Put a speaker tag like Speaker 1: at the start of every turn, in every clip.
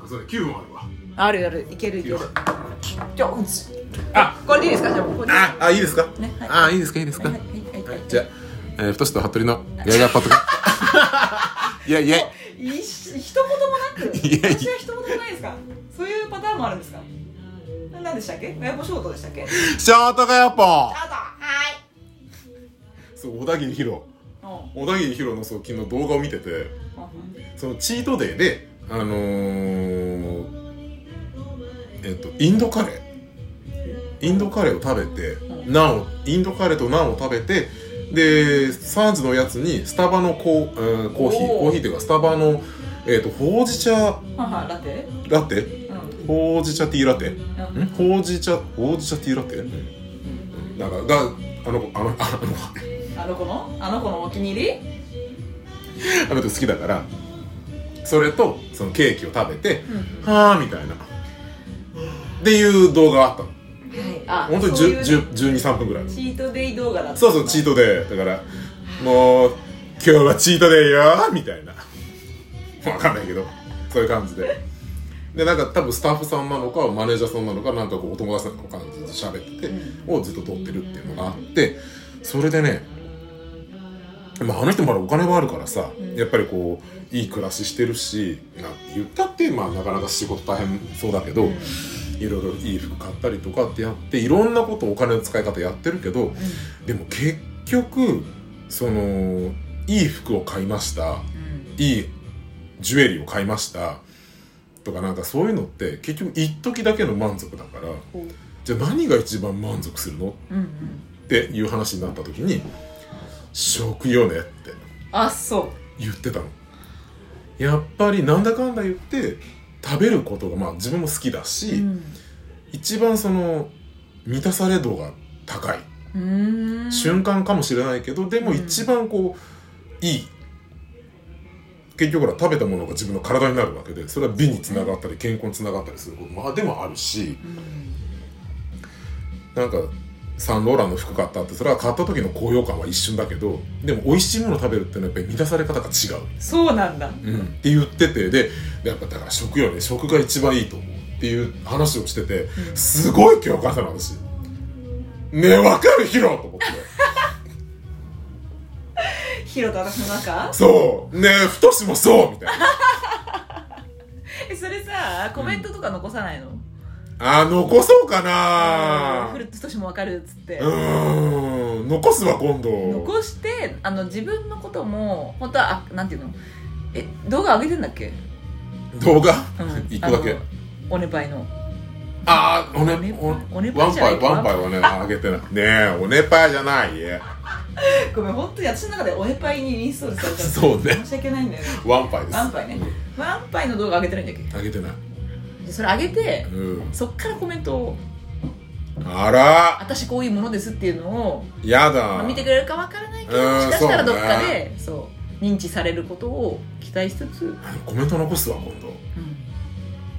Speaker 1: あそうだ9分あるわ
Speaker 2: あるあるいけるいけるじゃあうんち
Speaker 1: あ
Speaker 2: これでいいですかじゃあもうこれで
Speaker 3: ああいいですか、
Speaker 2: ねはい
Speaker 3: あいいですかいいですか、
Speaker 2: はいはいはい
Speaker 3: はいじゃあ、えー、太と服部のヤイガーポッドキャス トいやいや
Speaker 2: いし一言もなく
Speaker 3: いやいや
Speaker 2: 私は一言 もないですかそういうパターンもあるんですかななんでしたっけ親子仕事でしたっけどうぞ
Speaker 3: ショートガヤポン
Speaker 2: はい
Speaker 3: そう小田切ヒロ
Speaker 2: おう
Speaker 3: 小田切ヒロのそう昨日動画を見てて
Speaker 2: おう
Speaker 3: そのチートデイであのー、えっとインドカレーインドカレーを食べてナンをインドカレーとナンを食べてで3時のやつにスタバのコー,、うんコーヒー
Speaker 2: おー
Speaker 3: コーヒーっていうかスタバの、えっとほうじ茶
Speaker 2: ははラテ
Speaker 3: ラテ
Speaker 2: うん
Speaker 3: ほうじ茶ティーラテ
Speaker 2: うん
Speaker 3: んほうじ茶ほうじ茶ティーラテ、うん、なんかがあのあのあの
Speaker 2: あの子のあの子のお気に入り
Speaker 3: あの人好きだからそれとそのケーキを食べて、
Speaker 2: う
Speaker 3: はあみたいなっていう動画があったの
Speaker 2: はいあ
Speaker 3: 本当に
Speaker 2: そういうね
Speaker 3: 1213分ぐらい
Speaker 2: チートデイ動画だった
Speaker 3: そうそうチートデイだからもう今日はチートデイよーみたいな 分かんないけどそういう感じででなんか多分スタッフさんなのかマネージャーさんなのかなんかこうお友達なのかずっと喋ってて、をずっと撮ってるっていうのがあってそれでねまあ、あの人まだお金があるからさ、やっぱりこういい暮らししてるしなんて言ったって、まあ、なかなか仕事大変そうだけど、いろいろいい服買ったりとかってやっていろんなことお金の使い方やってるけど、でも結局そのいい服を買いました
Speaker 2: うん
Speaker 3: いいジュエリーを買いましたとかなんかそういうのって結局一時だけの満足だから
Speaker 2: ほう
Speaker 3: じゃあ何が一番満足するの
Speaker 2: うんうん
Speaker 3: っていう話になった時に食よねって
Speaker 2: あそう
Speaker 3: 言ってたのやっぱりなんだかんだ言って食べることがまあ自分も好きだし、
Speaker 2: うん
Speaker 3: 一番その満たされ度が高い、
Speaker 2: うーん
Speaker 3: 瞬間かもしれないけどでも
Speaker 2: うん
Speaker 3: 一番こういい結局ほら食べたものが自分の体になるわけでそれは美につながったり健康につながったりすることまあでもあるし
Speaker 2: うん
Speaker 3: なんかサンローランの服買ったってそれは買った時の高揚感は一瞬だけどでも美味しいもの食べるっていうのはやっぱり満たされ方が違う
Speaker 2: そうなんだ
Speaker 3: って言っててでやっぱだから食よね食が一番いいと思うっていう話をしててすごい共感したの私ねえわかるヒロと思って
Speaker 2: ヒロと私の中
Speaker 3: そうねえ太しもそうみたいな
Speaker 2: えそれさコメントとか残さないの
Speaker 3: あー残そうか
Speaker 2: フ
Speaker 3: な
Speaker 2: ルッツとしもわかるっつって
Speaker 3: うーん残すわ今度
Speaker 2: 残してあの自分のことも本当はあなんていうのえ動画上げてんだっけ
Speaker 3: 動画
Speaker 2: うん
Speaker 3: 一個だけ
Speaker 2: あのおねぱいの
Speaker 3: ああおね
Speaker 2: おね
Speaker 3: ワ
Speaker 2: ぱい
Speaker 3: ン
Speaker 2: じゃ
Speaker 3: パ
Speaker 2: な
Speaker 3: イ
Speaker 2: い
Speaker 3: ワンパイはねあげてないねえおねぱいじゃないえ
Speaker 2: ごめん本当に私の中でおねぱいにインストールされちゃった
Speaker 3: そうね
Speaker 2: 申し訳ないんだよね
Speaker 3: ワンパイです
Speaker 2: ワンパイねワンパイの動画上げてないんだっ
Speaker 3: あげてない
Speaker 2: けでそれ上げて
Speaker 3: うん
Speaker 2: そっからコメントを
Speaker 3: あら
Speaker 2: 私こういうものですっていうのを、
Speaker 3: や
Speaker 2: まあ
Speaker 3: だ
Speaker 2: 見てくれるかわからないけど
Speaker 3: うん
Speaker 2: もしかしたら
Speaker 3: そ
Speaker 2: ど
Speaker 3: う
Speaker 2: っ
Speaker 3: ね
Speaker 2: かでそう,、認知されることを期待しつつ、うん、
Speaker 3: コメント残すわ今度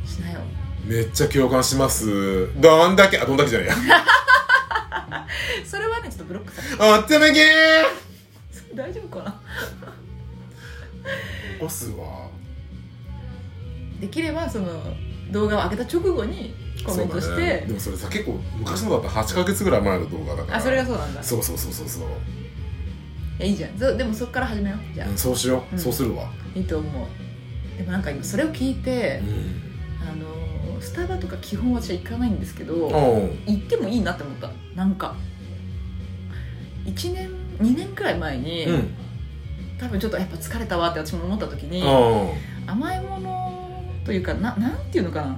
Speaker 2: しなよ
Speaker 3: めっちゃ共感しますどんだけあどんだけじゃないや
Speaker 2: それはねちょっとブロックさ れ
Speaker 3: おっつむぎー
Speaker 2: て大丈夫かな
Speaker 3: 残すわ
Speaker 2: できればその動画を上げた直後にコメントし
Speaker 3: そう
Speaker 2: て
Speaker 3: だねでもそれさ結構昔のだった8ヶ月ぐらい前の動画だから
Speaker 2: あそれがそうなんだい
Speaker 3: そうそうそうそうそう
Speaker 2: やいいじゃんそでもそっから始めようじゃあ、
Speaker 3: うんそうしよう、
Speaker 2: うん
Speaker 3: そうするわ
Speaker 2: いいと思うでもなんか今それを聞いて
Speaker 3: う、ん
Speaker 2: あのスタバとか基本私は行かないんですけど、
Speaker 3: うん
Speaker 2: 行ってもいいなって思ったなんか1年2年くらい前に、
Speaker 3: うん
Speaker 2: 多分ちょっとやっぱ疲れたわって私も思った時に、
Speaker 3: うん
Speaker 2: 甘いものというかななんていうのかな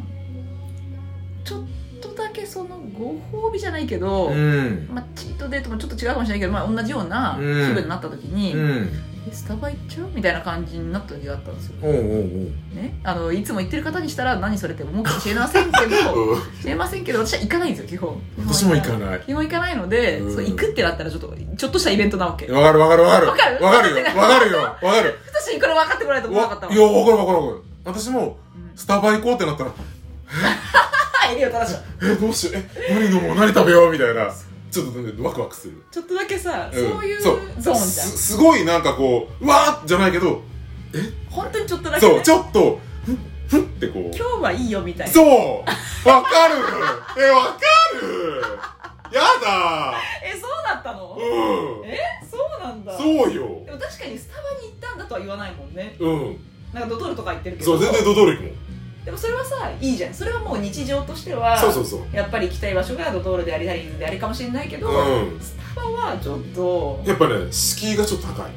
Speaker 2: ちょっとだけそのご褒美じゃないけど、
Speaker 3: うん
Speaker 2: まあ、チートデートもちょっと違うかもしれないけど、まあ、同じような気
Speaker 3: うん
Speaker 2: 分になった時に、
Speaker 3: うん
Speaker 2: えスタバ行っちゃうみたいな感じになった時があったんですよ、
Speaker 3: おうおう
Speaker 2: ね、あのいつも行ってる方にしたら何それって思うかもしれませんけ
Speaker 3: お
Speaker 2: ど
Speaker 3: ううん
Speaker 2: 知れませんけど私は行かないんですよ基本
Speaker 3: 私も行かない
Speaker 2: 基本行かないので、
Speaker 3: うん
Speaker 2: そう行くってなったらちょっとちょっとしたイベントなわけ
Speaker 3: わかるわかるわかる
Speaker 2: わかる
Speaker 3: わかるよわかるよわかる
Speaker 2: 私これ分かってもらえると思わなかった
Speaker 3: わ
Speaker 2: わ
Speaker 3: いやわかるわかるわかる私もスタバ行こうってなったら
Speaker 2: はい、リオ正しい
Speaker 3: えどうしようえ何飲もう何食べようみたいなちょっとねワクワクする、
Speaker 2: ちょっとだけさ、
Speaker 3: ん
Speaker 2: そういうゾ
Speaker 3: そ
Speaker 2: ーンじゃん
Speaker 3: すすごいなんかこううわーっじゃないけど
Speaker 2: 本当にちょっとだけ、ね、
Speaker 3: そうちょっとんふってこう
Speaker 2: 今日はいいよみたいな
Speaker 3: そうわかるえわかるやだ
Speaker 2: えそうだったの
Speaker 3: うん
Speaker 2: えそうなんだ
Speaker 3: そうよ
Speaker 2: でも確かにスタバに行ったんだとは言わないもんね
Speaker 3: うん
Speaker 2: なんかドトールとか行ってるけ
Speaker 3: そ
Speaker 2: ど
Speaker 3: う全然ドドリもん
Speaker 2: でもそれはさいいじゃんそれはもう日常としては
Speaker 3: そうそうそう
Speaker 2: やっぱり行きたい場所がドトールでありダイニングでありかもしれないけど、
Speaker 3: うん
Speaker 2: スタバはちょっと
Speaker 3: やっぱね敷居がちょっと高い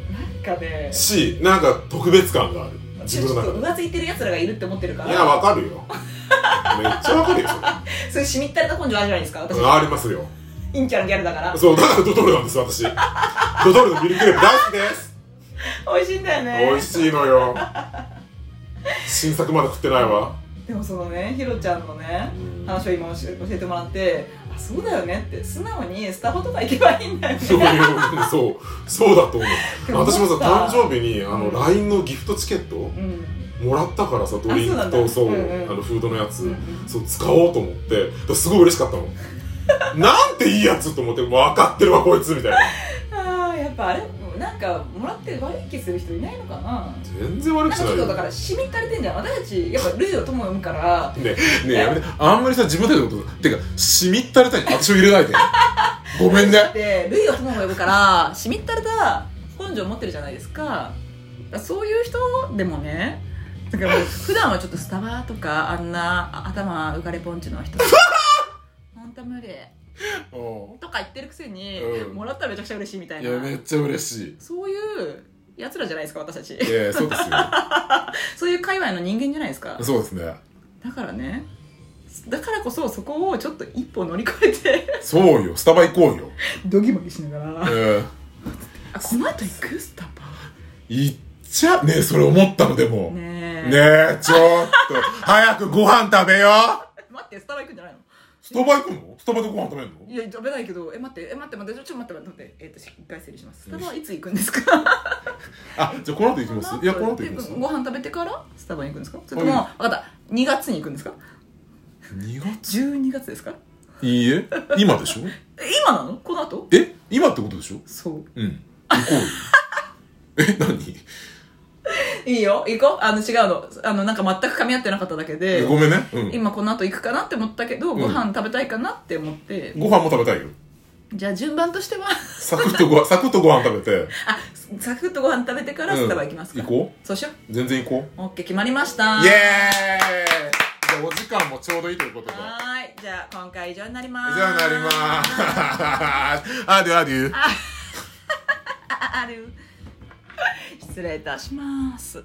Speaker 2: なんかね
Speaker 3: しなんか特別感がある
Speaker 2: ち
Speaker 3: 自
Speaker 2: ょ
Speaker 3: 分
Speaker 2: っ
Speaker 3: の
Speaker 2: と
Speaker 3: 中で
Speaker 2: 浮ついてるやつらがいるって思ってるか
Speaker 3: いや
Speaker 2: ら
Speaker 3: わかるよめっちゃわかるよそれ
Speaker 2: それしみったれた根性あるじゃないですか私
Speaker 3: ありますよ
Speaker 2: 陰キャのギャルだから
Speaker 3: そうだからドトールなんです私ドトールのミルクレープ大好きです
Speaker 2: 美味しいんだよね
Speaker 3: 美味しいのよ新作まだ食ってないわ
Speaker 2: でもそのねひろちゃんのね話を今教え教えてもらってあそうだよねって素直にスタバとか行けばいいんだよね
Speaker 3: そういうそうそうだと思う
Speaker 2: 思った
Speaker 3: 私もさ誕生日にあの、
Speaker 2: うん
Speaker 3: LINE のギフトチケット
Speaker 2: うん
Speaker 3: もらったからさドリンク
Speaker 2: あ
Speaker 3: と
Speaker 2: そ
Speaker 3: そうう
Speaker 2: なんだうんうん
Speaker 3: あのフードのやつ、
Speaker 2: うんうん
Speaker 3: そう使おうと思ってだからすごい嬉しかったの なんていいやつと思って分かってるわこいつみたいな
Speaker 2: ああやっぱあれなんかもらって悪い気する人いないのかな
Speaker 3: 全然悪
Speaker 2: なん
Speaker 3: く
Speaker 2: か
Speaker 3: しない
Speaker 2: ちょっと
Speaker 3: よ
Speaker 2: だからしみったれてんじゃん私たちやっぱルイを友を産むから
Speaker 3: ねねやめてあんまりさ自分たちのことてかしみったれたに私を入れないでごめんね
Speaker 2: でルイを友を呼ぶからしみったれた根性を持ってるじゃないですかだからそういう人でもねだからもう普段はちょっとスタバとかあんなあ頭浮かれポンチ の人ほんと無理
Speaker 3: う
Speaker 2: とか言ってるくせに、
Speaker 3: うん
Speaker 2: もらったらめちゃくちゃ嬉しいみた
Speaker 3: ん
Speaker 2: い
Speaker 3: い
Speaker 2: な
Speaker 3: やめっちゃ嬉し
Speaker 2: そういうやつらじゃないですか私たち
Speaker 3: いいやそうですよ
Speaker 2: そういう界隈の人間じゃないですか
Speaker 3: そうですね
Speaker 2: だからねだからこそそこをちょっと一歩乗り越 えて
Speaker 3: そうよスタバ行こうよ、
Speaker 2: ドギマギしながら
Speaker 3: えー、
Speaker 2: あこの後行くスタバ
Speaker 3: 行っちゃねえそれ思ったのでもね
Speaker 2: ねえ
Speaker 3: えちょっと 早くご飯食べよう
Speaker 2: 待ってスタバ行くんじゃないの
Speaker 3: スタバ行くのスタバでご飯食べるの
Speaker 2: いや食べないけどえ待ってえ待って待ってちょっと待って待って待ってえっと一回整理しますスタバはいつ行くんですか
Speaker 3: あじゃあこの後行きますいやこの後行きます
Speaker 2: えご飯食べてからスタバに行くんですかそれとも
Speaker 3: うん
Speaker 2: 分かった2月に行くんですか
Speaker 3: 2月
Speaker 2: 12月ですか
Speaker 3: いいえ今でしょ
Speaker 2: え今なのこの後
Speaker 3: え今ってことでしょ
Speaker 2: そう
Speaker 3: うん行こうよ え何
Speaker 2: いいよ行こうあの違うのあのなんか全く噛み合ってなかっただけで
Speaker 3: ごめんね、うん、
Speaker 2: 今この後行くかなって思ったけど
Speaker 3: ん
Speaker 2: ご飯食べたいかなって思って、
Speaker 3: ご飯も食べたいよ
Speaker 2: じゃあ順番としては
Speaker 3: サクッとご飯サクッとご飯食べて
Speaker 2: あサクッとご飯食べてからスタバ行きますか、
Speaker 3: うん行こ
Speaker 2: そうしよ
Speaker 3: う全然行こ
Speaker 2: う OK 決まりました
Speaker 3: うイエーイじゃあお時間もちょうどいいということで
Speaker 2: はーいじゃあ今回以上になります
Speaker 3: じゃあなり まーすアデュアデュ
Speaker 2: あある失礼いたします